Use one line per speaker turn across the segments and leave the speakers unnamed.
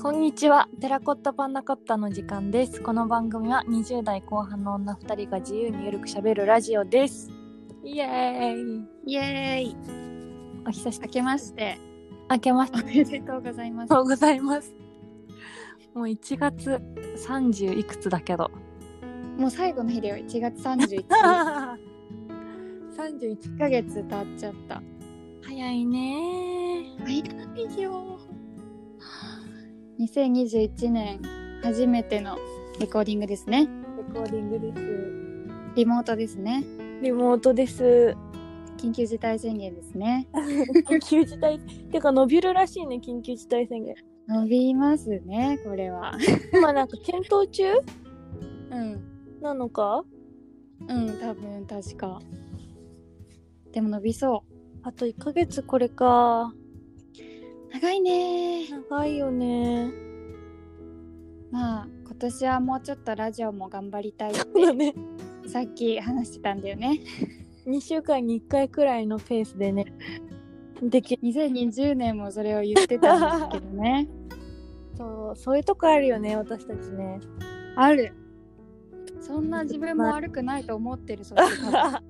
こんにちはテラコッタパンナコッタの時間ですこの番組は20代後半の女2人が自由にゆるくしゃべるラジオですイエーイ
イエーイ
お久しぶ
明
り
けま して
明けまして
おめでとうございます
おめでとうございますもう1月30いくつだけ ど
もう最後の日だよ1月31 日
31
1ヶ月経っちゃった
早いね
早いよ2021年初めてのレコーディングです
レ
ね
コーディングです
リモートですね
リモートです
緊急事態宣言ですね
緊急事態てか伸びるらしいね緊急事態宣言
伸びますねこれは
今なんか検討中
うん
なのか
うん多分確かでも伸びそ
あと1ヶ月これか
う長いね
長いよね
まあ今年はもうちょっとラジオも頑張りたい
そうだ ね
さっき話してたんだよね
2週間に1回くらいのペースでねでき
2020年もそれを言ってたんですけどね
そうそういうとこあるよね私たちね
あるそんな自分も悪くないと思ってるそして多分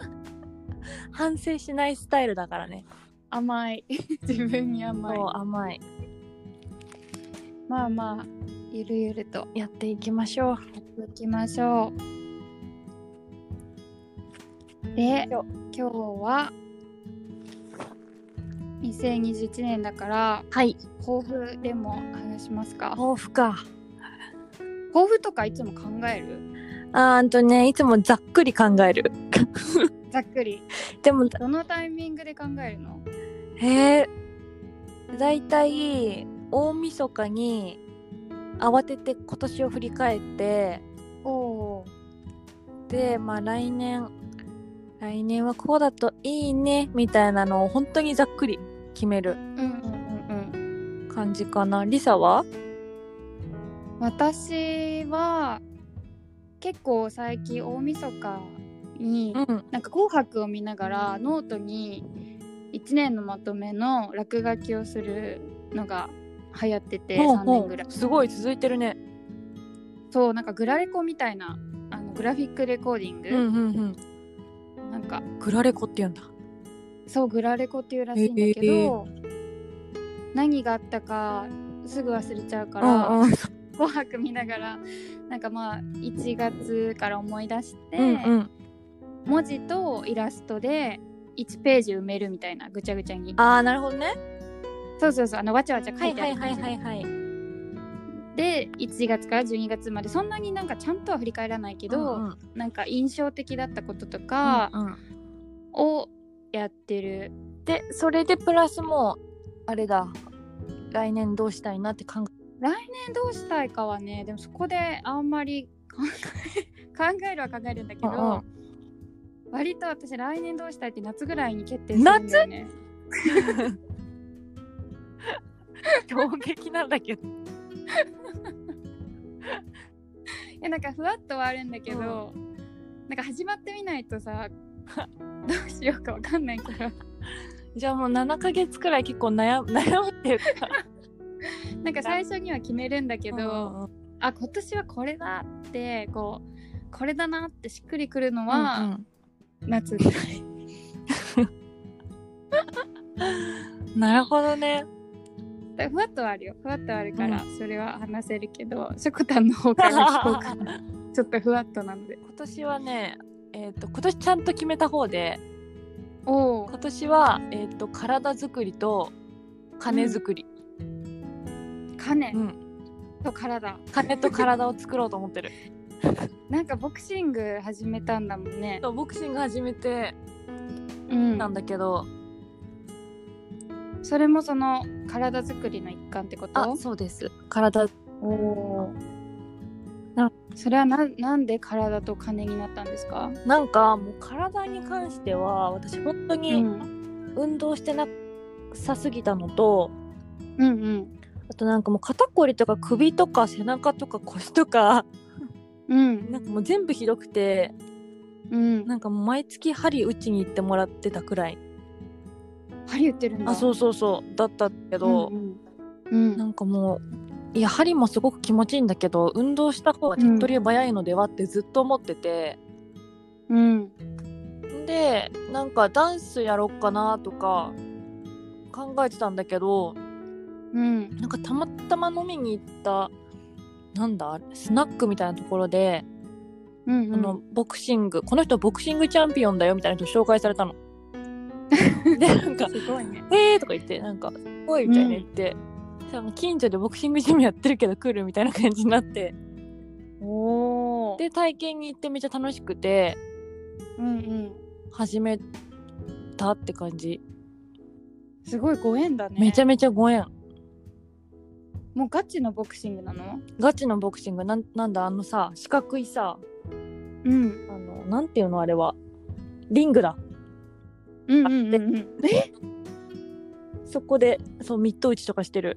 反省しないスタイルだからね
甘い 自分に甘い
そう甘い
まあまあゆるゆると
やっていきましょう
やっていきましょうで
よ
今日は2021年だから
はい
抱負でも話しますか
抱負か
抱負とかいつも考える
あーんとねいつもざっくり考える
ざっくり
でも
どのタイミングで考えるの
へえだいたい大晦日に慌てて今年を振り返って
おお
でまあ来年来年はこうだといいねみたいなのを本当にざっくり決める
うんうんうんうん
感じかなリサは
私は結構最近大晦日に
ん
なんか「紅白」を見ながらノートに1年のまとめの落書きをするのが流行ってて
ほう
3
ほ
年ぐらいう
すごい続いてるね
そうなんかグラレコみたいなあのグラフィックレコーディン
うん
グ、
うんうん
なんか
グラレコって言うんだ
そうグラレコっていうらしいんだけど、何があったかすぐ忘れちゃうから、
うんうん
紅白見ながらなんかまあ1月から思い出して、
うんうん
文字とイラストで1ページ埋めるみたいなぐちゃぐちゃに
ああなるほどね
そうそうそうあのわちゃわちゃ書
はいい
てあ
はい
る
は
感
い
じ
はいはい
で1月から12月までそんなになんかちゃんとは振り返らないけど、
うんうん
なんか印象的だったこととか
うんうん
をやってる、
でそれでプラスもうあれだ来年どうしたいなって考
ねどうしたいかはねでもそこであんまり考え 考えるは考えるんだけど、
うんうん
割と私来年どうしたいって夏ぐらいに決定するんだよね
え衝撃なんだけど
いやなんかふわっとはあるんだけど、なんか始まってみないとさ どうしようかわかんないから
じゃあもう7ヶ月くらい結構悩む 悩むっていうか
なんか最初には決めるんだけ
け
ど、あ今年はこれだってこうこれだなってしっくりくるの
まあ、
は夏ぐらい、
なるほどね
だからふわっとはあるよふわっとはあるから、それは話せるけどしょこたんの方から聞こうか なちょっとふわっとなので
今年はねえっ、と今年ちゃんと決めた方で
おお
今年はえっ、と体作りと金作り、
金
うん
と体
金と体を作ろうと思ってる
なんかボクシング始めたんだもんね
そうボクシング始めて
うん
なんだけど、
それもその体作りの一環ってこと
あそうです体
おお
な
それはななんで体と金になったんですか、
なんかもう体に関しては私本当
う
に
ん、
運動してなさすぎたのと、
うんうん
あとなんかもう肩こりとか首とか背中とか腰とか
うん
なんかもう全部ひどくて
うん
なんかもう毎月針打ちに行ってもらってたくらい
針打ってるんだ
あそうそうそうだったけど、
うんうんう、
なんんかもういや針もすごく気持ちいいんだけど運動した方が手っ取り早いのではってずっと思ってて、
うん、
でなんかダンスやろっかなとか考えてたんだけど
うん、
なんかたまたま飲みに行ったなんだスナックみたいなところで、
うん、
あの ボクシングこの人ボクシングチャンピオンだよみたいな人紹介されたの。でなんか
すごいね。
「えー!」とか言ってなんか「すごい」みたいな言って、多分近所でボクシングジムやってるけど来るみたいな感じになって
おお。、
で体験に行ってめっちゃ楽しくて
うん、うん。
始めたって感じ、
すごいご縁だね。
めちゃめちゃご縁
もうガチのボクシングなの。
ガチのボクシングなんなんだあのさ四角いさ
うん、
あのなんていうのあれはリングだ
うん、うん、うん、うん。
そこでそうミット打ちとかしてる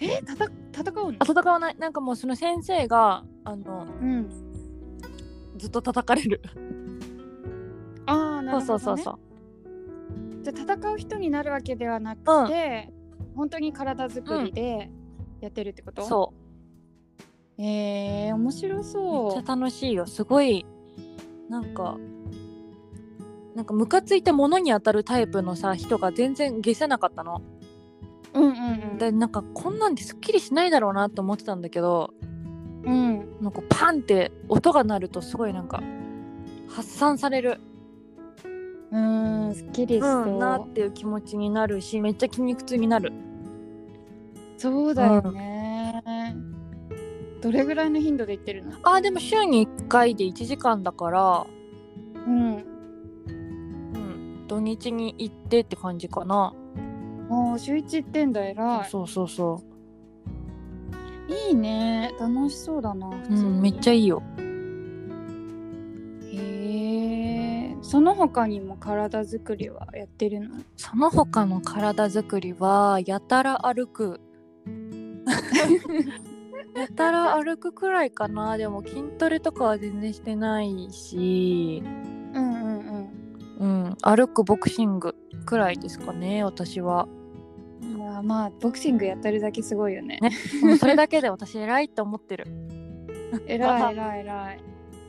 え、たた、戦うの
あ。戦わないなんかもうその先生があの
うん。
ずっと叩かれる
ああ、な
そ
るほど、
うそ
ね。
うそうそう
じゃあ戦う人になるわけではなくて、本当に体作りでやってるってこと、
そう
えー、面白
うめ
そ
っちゃ楽しいよすごいなんかなんかムカついたものに当たるタイプのさ人が全然消せなかったの
う。うんうん
でなんかこんなんですっきりしないだろうなと思ってたんだけど
うん。うん。
なんかパンって音が鳴るとすごいなんか発散される
うーん、すっきりしそう。
なっていう気持ちになるしめっちゃ筋肉痛になる
そうだよね、どれぐらいの頻度で行ってるの？
あーでも週に1回で1時間だから、
う
う
ん。
ん、土日に行ってって感じかな、
もう週一行ってんだ偉
そうそうそ
い。いいね。楽しそうだな。普
う、う
通に。
ん、めっちゃ
へ
いいよ
え。その他にも体作りはやってるの？
その他の体づくりはやたら歩 くやたら歩くくらいかなでも筋トレとかは全然してないし、
うんうん
うん、歩くボクシングくらいですかね私は
うん。いやまあボクシングやってるだけすごいよね。
もうそれだけで私偉いって思って る、
えらいえらいえらい。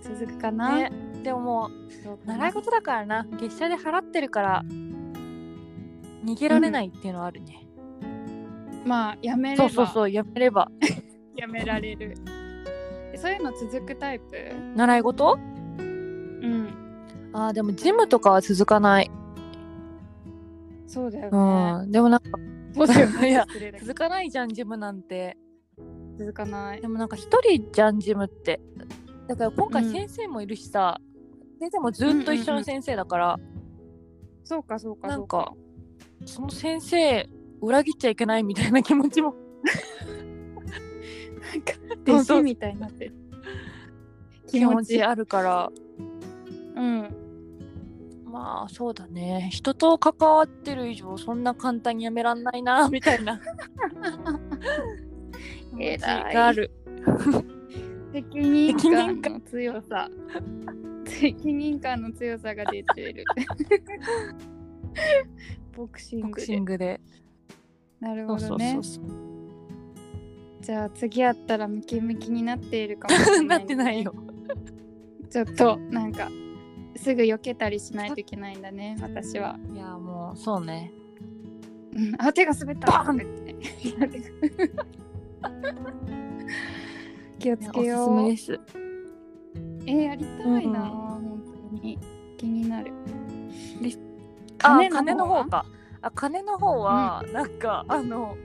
続くかな。
ね、でもも
どう
う
かな
習い事だからな月謝で払ってるから逃げられないっていうのはあるね、
まあやめれば
そうそうそうやめれば
やめられる。えそういうの続くタイプ？
習い事
うん。
あーでもジムとかは続かない、
そうだよね。
うん、でもなんか
もし
いや
失礼だけど
続かないじゃんジムなんて
続かない。
でもなんか一人じゃんジムってだから今
う
回
ん
先生もいるしさ、先生もずっと一緒の先生だから、
そうかそうか
な
そ
ん
うか。
か その先生裏切っちゃいけないみたいな気持ちも
なんか
そう
弟子みたいになってる。
気持ちあるから
うん。
まあそうだね人と関わってる以上そんな簡単にやめらんないなみた いな
えらい
がある
責任
責任
感の強さ。責任感の強さが出 てる。ボクシン
ボ
グ
ク
で
シングで
なる
そ
ほ
うそ
ど
うそ
ね
う。そう、
じゃあ次会ったらムキムキになっているかもしれない、
なってないよ。
ちょっとなんかすぐ避けたりしないといけないんだね私は。
いやもうそうね
うんあ手が滑った
バン
とか言ってね 気を
いや
つ
おす
け
す
よう
め。です
えー、やりたいな、本当に気になる。
あ
金の方
金の
は
方かあ金の方は、なんかあの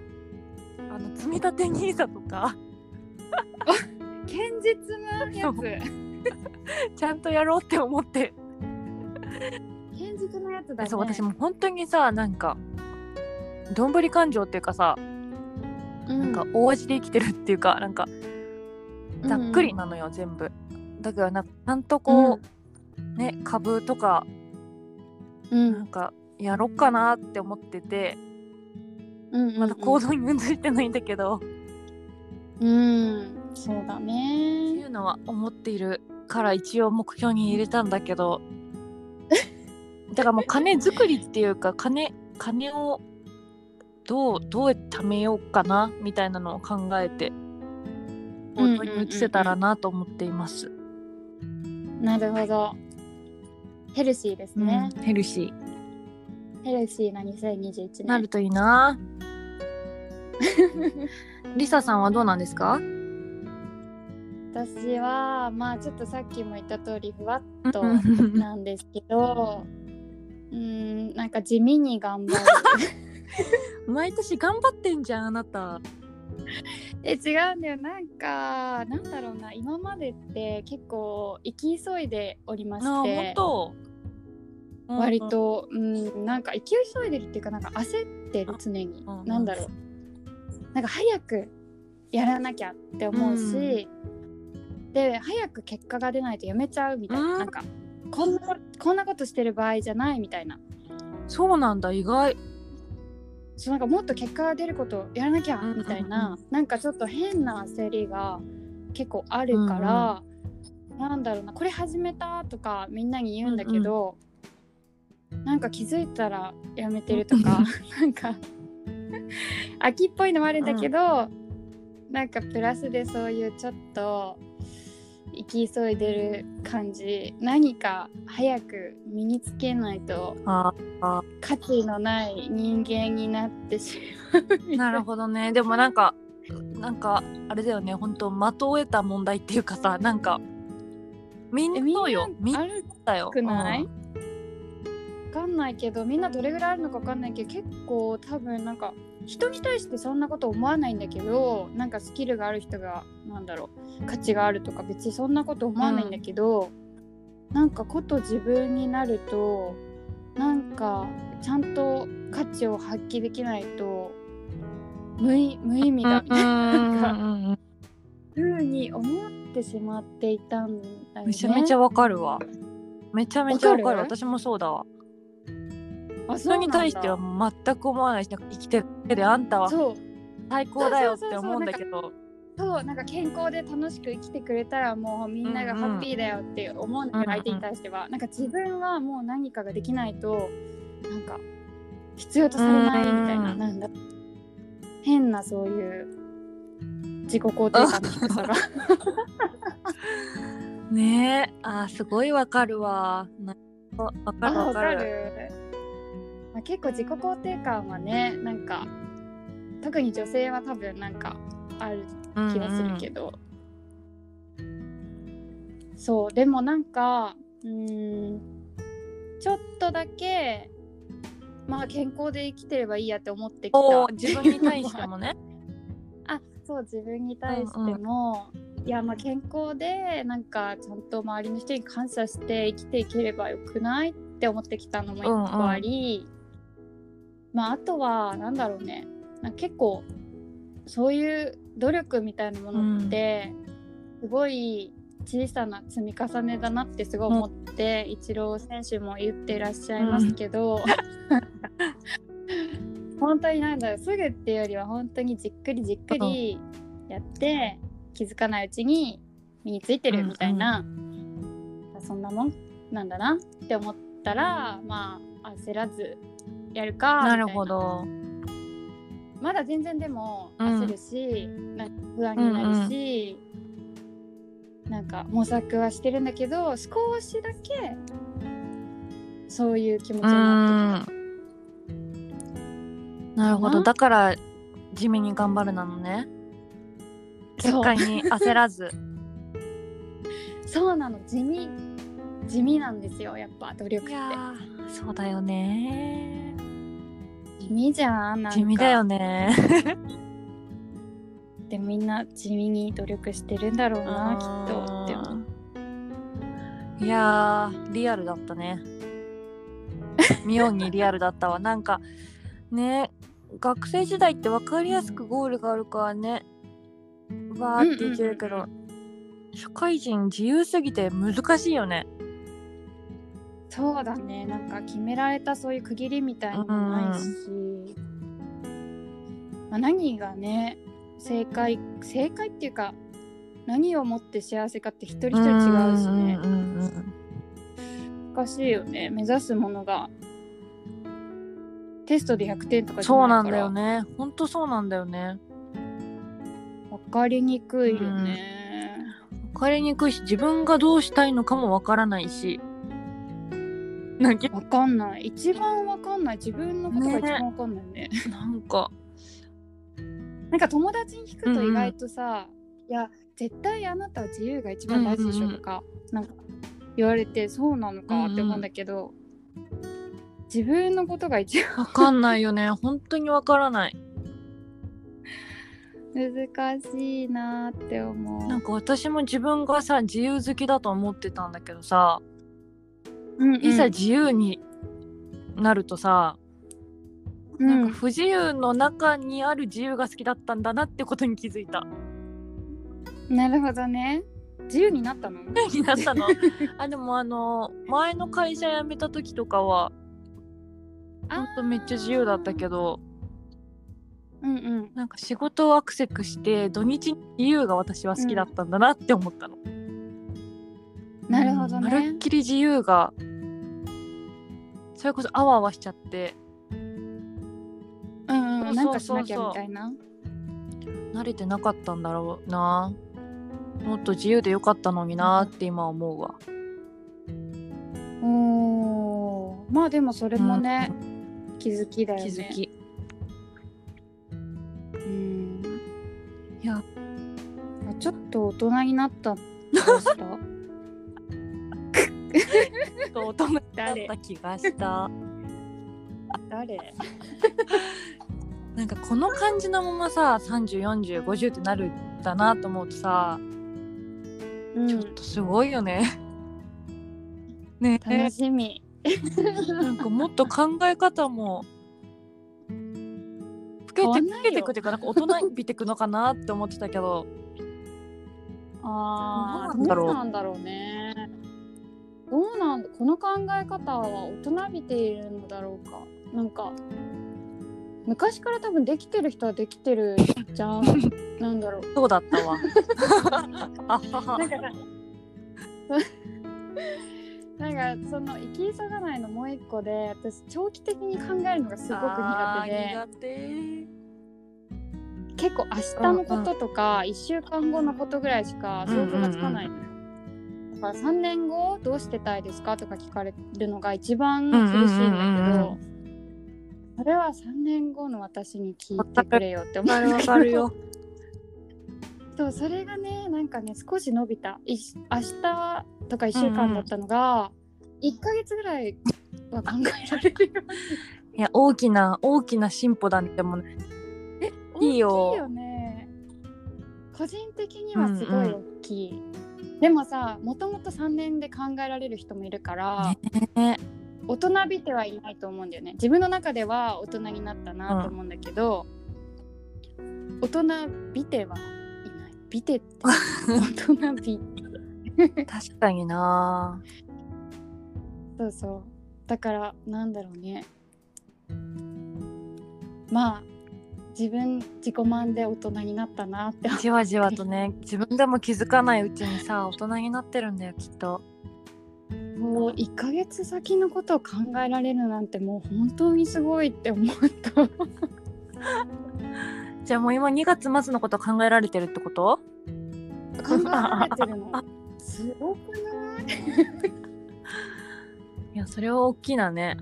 あの積み立て NISA とか
堅実なやつ
そうちゃんとやろうって思って、
堅実なやつだね。
そう私も本当にさなんかどんぶり感情っていうかさ、
うん
なんか大味で生きてるっていうかなんかざっくりなのよ、全部だからなんかちゃんとこう、ね株とか
うんう
なん
ん
かやろっかなって思ってて
うんうん
まだ行動に移してないんだけど、
うんそうだ
ってい
ね。
うのは思っているから一応目標に入れたんだけ どだからもう金作りっていうか金金をどうどうやって貯めようかなみたいなのを考えて
うんうんうんうん
行動に移せたらなと思っています。
なるほど。ヘルシーですね。
うんヘルシ
ヘルシーな2021
ー
年。
なるといい な。リサさんはどうなんですか？
私はまあちょっとさっきも言った通りふわっと
うん
なんですけど、うーんなんか地味に頑張る。
毎年頑張ってんじゃんあなた。
え違うんだよなんかなんだろうな今までって結構行き急いでおりま
なあ本
して。
当。うん
割。と、うん、なんか行き急いでるっていうかなんか焦ってる常に、
うんうん
なんだろうなんか早くやらなきゃって思うし、で早く結果が出ないとやめちゃうみたいな,、
うん
なんかこんなこんなことしてる場合じゃないみたいな
そうなんだ意外。
そうなんかもっと結果が出ることをやらなきゃ
うん
みたいな、なんかちょっと変な焦りが結構あるから、なんだろうなこれ始めたとかみんなに言うんだけど、なんか気づいたらやめてるとか、なんか秋っぽいのもあるんだけど、なんかプラスでそういうちょっと行き急いでる感じ何か早く身につけないと
あ
価値のない人間になってしまうみたい
なるほど ね。でもなんかなんかあれだよね本当的を得た問題っていうかさなんかみん
え
な
みんな
そうよみんな
ある
だよ。
くない、
うん
わかんないけどみんなどれぐらいあるのかわかんないけど結構多分なんか人に対してそんなこと思わないんだけどなんかスキルがある人がなんだろう価値があるとか別にそんなこと思わないんだけど、なんかこと自分になるとなんかちゃんと価値を発揮できないと無い無意味だみたいな
うんうんうん
ふうに思ってしまっていたんだよね。
めちゃめちゃわかるわ。めちゃめちゃわかる
わかる
私もそうだわ。人
あそうなんだ
に対しては全く思わないし、なんか生きてるだけであんたは
そう
最高だよっ
そう
て
そうそうそう
思うんだけど、
そうなんか健康で楽しく生きてくれたらもうみんながハッピーだよって思うんだけど
うんうん
相手に対してはなんか自分はもう何かができないとなんか必要とされないみたいな
うん
なんだ変なそういう自己肯定感の低さが
ねえ、あーすごいわかるわ。なわか
あ
るわ
わ
か
か
る。
る、まあ、結構自己肯定感はねなんか特に女性は多分なんかある
うんうん
気はするけど、そうでもなんかうーんちょっとだけまあ健康で生きてればいいやって思ってきた
おー自分に対して もね。
あそう自分に対しても、いやまあ健康でなんかちゃんと周りの人に感謝して生きていければよくないって思ってきたのも一個あり、まああとはなんだろうねなんか結構そういう努力みたいなものって、すごい小さな積み重ねだなってすごい思って、イチロー選手も言ってらっしゃいますけど、本当になんだろうすぐっていうよりは本当にじっくりじっくりやって、気づかないうちに身についてるみたいな、そんなもんなんだなって思ったらまあ焦らずやるかみた
ない
な
るほど。
まだ全然でも
うん
焦るし、なんか不安になるし、なんか模索はしてるんだけど少しだけそういう気持ち
う
になって
ん。なるほど。だから地味に頑張るなのね。
きた
結果に焦らず。
そうなの地味地味なんですよやっぱ努力
い
って
やーそうだよね
地味じゃんなんか
地味だよね。
でもみんな地味に努力してるんだろうなきっとって思う
いやーリアルだった ね妙にリアルだったわなんかね学生時代って分かりやすくゴールがあるからねわーっていけるけど、
うんう
社会人自由すぎて難しいよね
そうだねなんか決められたそういう区切りみたいのもないし、まあ、何がね正解正解っていうか何をもって幸せかって一人一人違うしね
んうんうんうん
難しいよね目指すものがテストで100点とかじゃ
そう
な
ないん
か
だ
ら
よねほんとそうなんだよね
わかりにくいよね、
分かりにくいし自分がどうしたいのかもわからないしなんか
わかんない一番わかんない自分のことが一番わかんないね
なんか
なんか友達に聞くと
うんうん
意外とさ、いや絶対あなたは自由が一番大事でしょとか、なんか言われてそうなのかって思うんだけど、自分のことが一番
わかんないよね本当にわからない
難しいなって思
なん
う。
か私も自分がさ自由好きだと思ってたんだけどさ
うん
いざ自由になるとさ、
うん
なんか不自由の中にある自由が好きだったんだなってことに気づいた。
なるほどね。自由になったの
になったの あでもあの前の会社辞めた時とかはほんとめっちゃ自由だったけ
ど。
ど
うんうん。
なんか仕事をアクセクして土日に自由が私は好きだったんだなって思ったの。
なるほど
まる
ね
っ。きり自由がそれこそあわあわしちゃって
うんうん。なんかし
そうそうそう
なきゃみたいな。
慣れてなかったんだろうなもっと自由でよかったのになって今は思うわ。
おーまあでもそれもね、気づきだよね。
気づ き。
うん。
いや
あちょっと大人になったんで した
ちょっと大人になった気がした。
誰
なんかこの感じのままさ304050ってなるんだなと思うとさ、
うん
ちょっとすごいよ ね。ね
楽しみ
なんかもっと考え方も老けて
変わん
老
ない
け
よ
てくっていうかなんか大人びてくのかなって思ってたけど
ああ
どうなんだ
ど
ろう
うなんだろうねどうなんだこの考え方は大人びているのだろうかなんか昔から多分できてる人はできてる じゃんなんだろう
そうだったわ。あはは
なんか さなんかその生き急がないのもう一個で私長期的に考えるのがすごく苦
あ
手で
ー苦手
結構明日のこととか1週間後のことぐらいしか想像がつかないのよ。だから3年後どうしてたいですかとか聞かれるのが一番苦しい
うんう
んだけ
んうんう
どそれは3年後の私に聞いてくれよって思
わかる
う
わかるよ。
そうそれがねなんかね少し伸びたいし明日とか1週間だったのが1ヶ月ぐらいは考えられるよ。
いや大きな大きな進歩だねでもね いいよ
大きいよね個人的にはすごい大きい、でもさもともと3年で考えられる人もいるから、
ね
大人びてはいないと思うんだよね自分の中では大人になったなと思うんだけど、大人びてはいないびてって 大人び
確かにな。
そうそうだからなんだろうねまあ自分自己満で大人になったなって
じわじわとね自分でも気づかないうちにさ大人になってるんだよきっと
もう1ヶ月先のことを考えられるなんてもう本当にすごいって思った。
じゃあもう今2月末のこと考えられてるってこと
考えられてるの。すごくない
いやそれは大きなね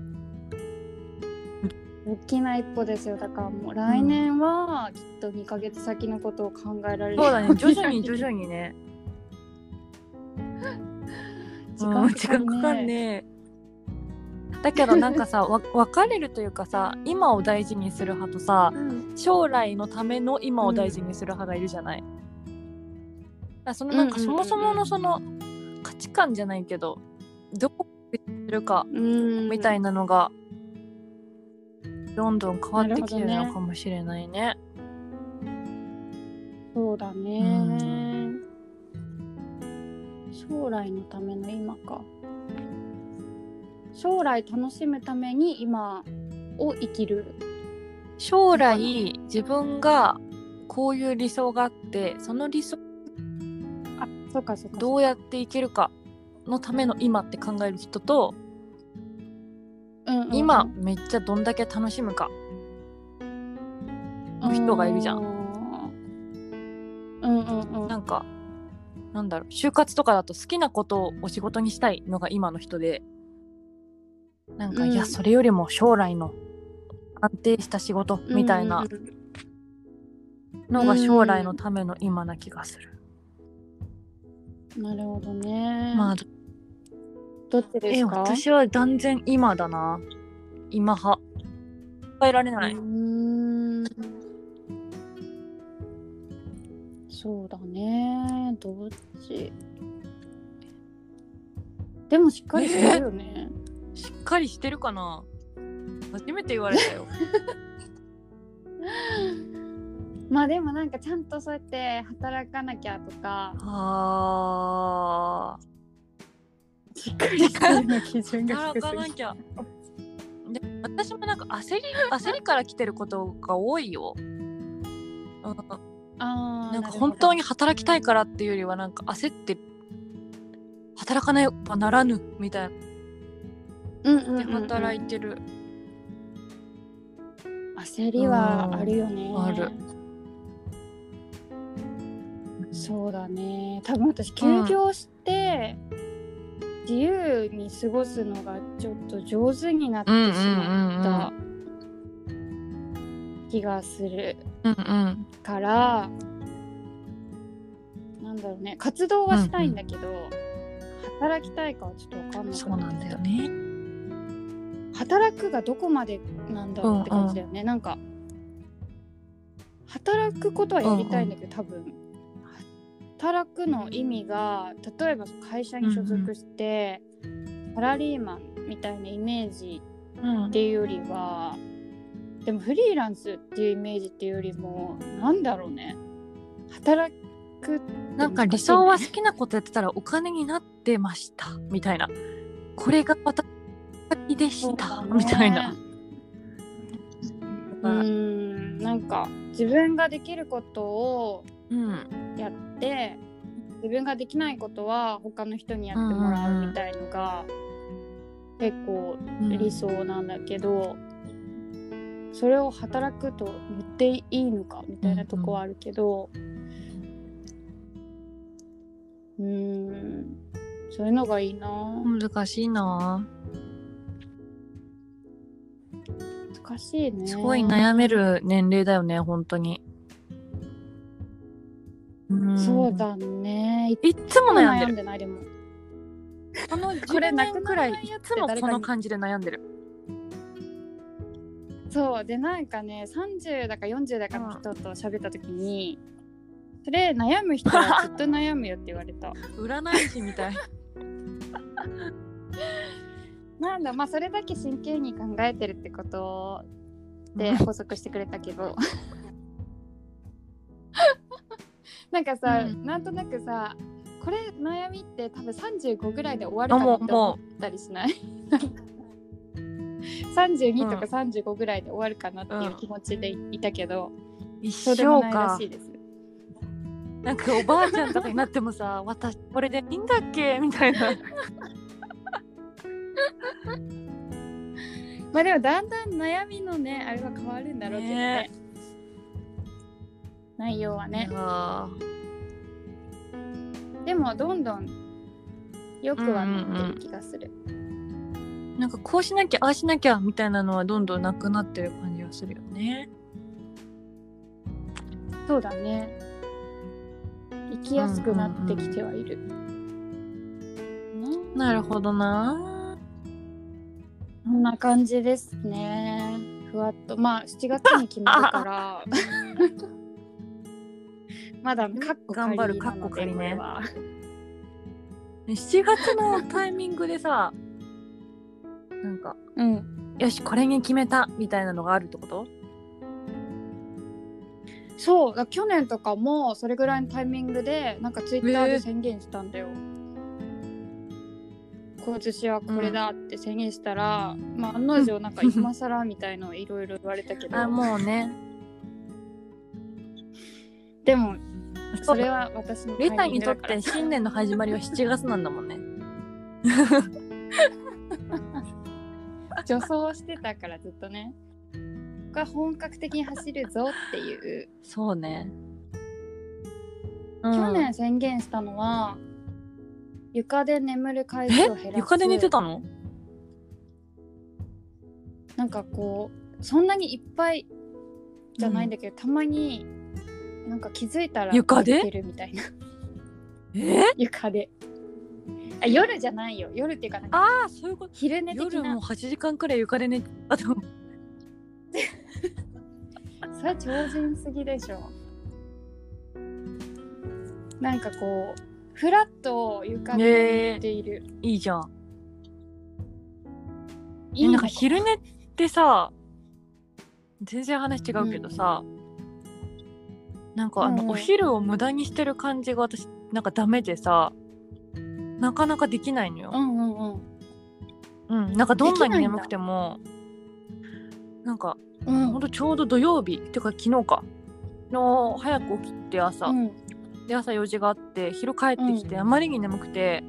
大きな一歩ですよ。だからもう来年はきっと2ヶ月先のことを考えられる。
そうだね徐々に徐々にね
時間
時
か
間か
か
か
る
ん
ね。
ねだけどなんか さわ別れるというかさ今を大事にする派とさ
うん
将来のための今を大事にする派がいるじゃない、あそのなんか
うんう
そ
んうんう
も
ん
そものその価値観じゃないけどどうするか
うん
みた
ない
なのがどんどん変わってきてる
なるほど
の
ね
かもしれないね。
そうだね、
う
将来のための今か将来楽しむために今を生きる
将来自分がこういう理想があってその理想を
あそうかそうか
どうやっていけるかのための今って考える人と
うんうんうん
今めっちゃどんだけ楽しむかの人がいるじゃん。
うんうんうん
なんかなんだろう就活とかだと好きなことをお仕事にしたいのが今の人でなんか、
うん
いやそれよりも将来の安定した仕事みたいな
うんうん
のが将来のための今な気がする。
うんなるほどね。
まあ
どっちです
え
か。、
私は断然今だな今派変えられないう
ーんそうだねどっちでもしっかりしてるよね、
しっかりしてるかな初めて言われたよ
まあでもなんかちゃんとそうやって働かなきゃとか
あ
しっかりしてるの 基準
ー
が
働
低す
かな
ぎ
きゃで私もなんか焦り焦りから来てることが多いよ、うん、
あー
なんか
るほど
本当に働きたいからっていうよりはなんか焦って働かねばならぬみたい
うんうんうん
な
う
で
ん
働いてる、
焦りはあるよね
うんある
そうだね多分私休業して自由に過ごすのがちょっと上手になってしまった気がする
うんうん
からなんだろうね活動はしたいんだけど、働きたいかはちょっと分かんない
そうなんだよね
働くがどこまでなんだろうって感じだよね、なんか働くことはやりたいんだけど、多分働くの意味が例えば会社に所属して、サラリーマンみたいなイメージ
うん
っていうよりはでもフリーランスっていうイメージっていうよりもなんだろうね働くって難しいね
なんか理想は好きなことやってたらお金になってましたみたいなこれが私でした、みたいな。
うーんなんか自分ができることを
うん
やって自分ができないことは他の人にやってもらうみたいのが結構理想なんだけど、それを働くと言っていいのかみたいなとこはあるけどうーんそういうのがいいな
難しいなぁ、
難しいね
すごい悩める年齢だよね本当に、うん
そうだねい
いっつも悩んでる
でないでも
この
これ
10
な
年
くな
く
ら
ら
ないい
いつもこの感じで悩んでる
そうでなんかね30だか40だかの人と喋った時に、それ悩む人はずっと悩むよって言われ た
占い師みたい
なんだまあそれだけ真剣に考えてるってことで補足してくれたけど なんかさ、
うん
なんとなくさこれ悩みって多分35ぐらいで終わる
あ
かな
も
っ
う
て思
も
ったりしない ?32 とか35ぐらいで終わるかなっていう気持ちでいたけど、
う一
そうで
生
もないら
か
しいです。
なんかおばあちゃんとかになってもさ私これでいいんだっけみたいな
まあでもだんだん悩みのねあれは変わるんだろうけどね
ね
内容はね
いやー
でもどんどんよくはなってる気がする、
なんかこうしなきゃああしなきゃみたいなのはどんどんなくなってる感じがするよね。
そうだね生きやすくなってきてはいる、ね
なるほどな。
こんな感じですねふわっとまあ7月に決まるから まだカッコ
頑
仮なので
張るカッコ仮ね
これは
7月のタイミングで さなんか
うん
よしこれに決めたみたいなのがあるってこと
そうだ去年とかもそれぐらいのタイミングでなんかツイッターで宣言したんだよ、今年はこれだって宣言したら、まあ案の定なんか今更みたいのいろいろ言われたけど
あもう ね
でもそれは私の
リ
タ
タ
イミ
に
ング
と
だ
っ
から
て新年の始まりは7月なんだもんね。
助走してたからずっとねここは本格的に走るぞっていう、
そうね、うん
去年宣言したのは床で眠る回数を減ら
え
す
床で寝てたの
なんかこうそんなにいっぱいじゃないんだけど、たまになんか気づいたら
床で
寝てるみたいな
え
床であ夜じゃないよ夜っていうかなんか
ああそういうこと
昼寝的
夜も
な
う8時間くらい床で寝てたと思う
それは超人すぎでしょなんかこうフラッと床で寝ている、
いいじゃん
いい
な
の
んか昼寝ってさ全然話違うけどさ、なんかあの、
うん
お昼を無駄にしてる感じが私なんかダメでさなかなかできないの
う
よ、
んうんうん
うんなんかどんなに
できないんだ
眠くてもなんか
うん
ほんとちょうど土曜日っていうか昨日かの早く起きて朝、
うん
で朝用事があって昼帰ってきて、
う
あまりに眠くて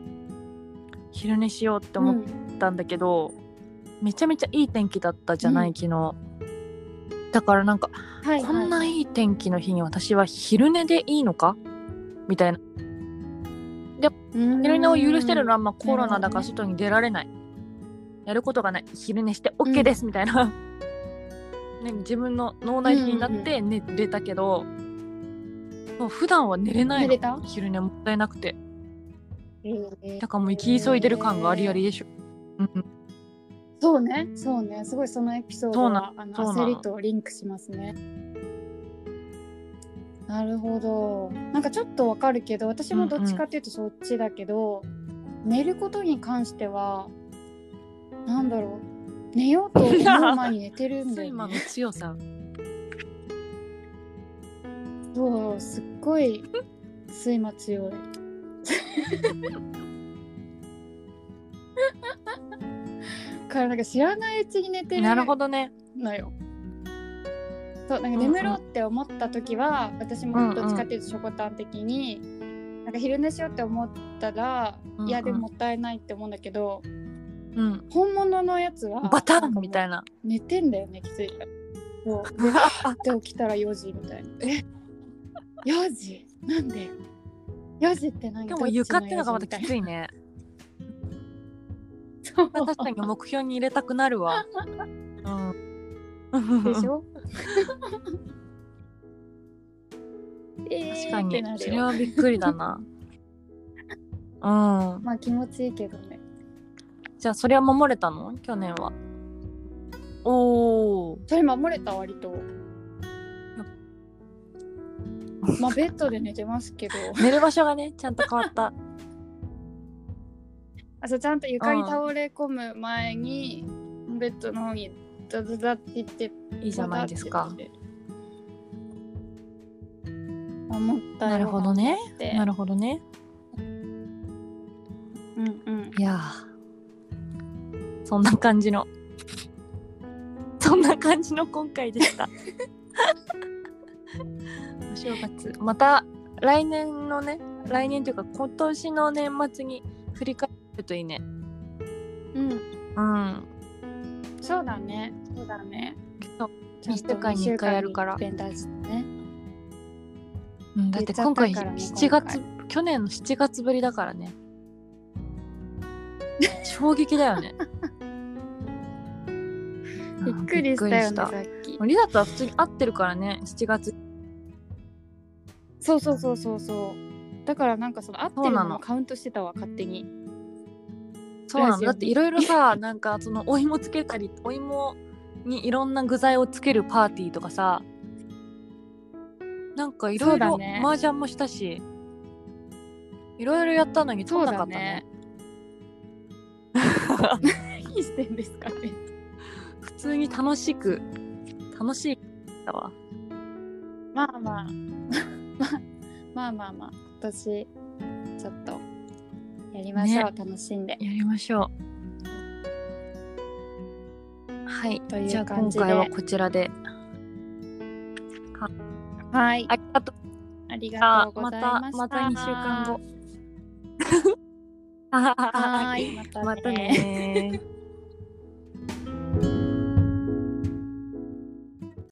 昼寝しようって思っ
うん
たんだけど、めちゃめちゃいい天気だったじゃない、
うん
昨日だからなんか、
はいはい、
こんないい天気の日に私は昼寝でいいのかみたいな昼寝を許してるのはまあコロナだから
なるほ
外に出られない、やることがない昼寝して OK ですみたいな、 ね自分の脳内的になって寝れたけど、もう普段は寝れない
寝
の
れた
昼寝もったいなくて。
えー
だからもう行き急いでる感がありありでしょ。うん、
そうねそうねすごいそのエピソード
そうな
はあの
そうな
焦りとリンクしますねなるほどなんかちょっとわかるけど私もどっちかっていうとそっちだけど、寝ることに関してはなんだろう寝ようと思う前に寝てるんだ
睡
よ
魔の
ね
強さ。
そうすっごい睡魔 強いからなんか知らないうちに寝てる
なるほどね。
のよ。そうなんか眠ろうって思った時は、私もどっちかっていうとしょこたん的に、なんか昼寝しようって思ったら、
うんうん
いやでももったいないって思うんだけど
うん。
本物のやつは
バタンみた
ない
な。
寝てんだよね気づいたら。そう で起きたら4時みたいな。 え4時なんで ?4 時って何
でも床ってのがまたきついね。
そう
確かに目標に入れたくなる わ。うん。
でしょ え ー
確か
って
に
な。る
そ
よ
れはびっくりだ な。うん。
まあ気持ちいいけどね。
じゃあそれは守れたの去年は。おお。
それ守れた割と。まあベッドで寝てます けど、
寝る場所がねちゃんと変わった。
あそうちゃんと床に倒れ込む前に、ベッドの方にダダダって言って、
いいじゃないですか
ダダっ。て言って。思った
なるほどね。な
る
るほどね。
うんうん。
いやーそんな感じのそんな感じの今回でした お正月また来年のね来年というか今年の年末に振り返るといいね
うん。
うん
そうだね。そうだね。
そう
ちゃんと
一週間に一回やるから
二週間に一遍大事だね。
うんだって今回
言っちゃったからね
7月
今
去年の7月ぶりだから ね衝撃だよね
びっくりしたよね、
うんびっ
さ
くりし
っき
た。リナとは普通に合ってるからね7月
そうそうそうそうそう。だからなんかその合って
そう
る
な
の
の
もカウントしてたわ勝手に。
そうな
ラ
の
ジオに
だっていろいろさ なんかそのお芋つけたりお芋にいろんな具材をつけるパーティーとかさなんかいろ
そ
いう
だ
ろ
ね
麻雀もしたしいろいろやったのに取んなかったね
何してんですかね。
普通に楽しく楽しいだわ
まあまあ まあまあまあ今年ちょっとやりましょう、
ね
楽しんで。
やりましょうはい
という
じゃあ
感
今
じで
回はこちらで
はい。
ありがとう
あり
ご
が
ざ
と
いう
ご
ま
ざ
し
い
た
ました。
また2週 間後は
はーい。またね
またね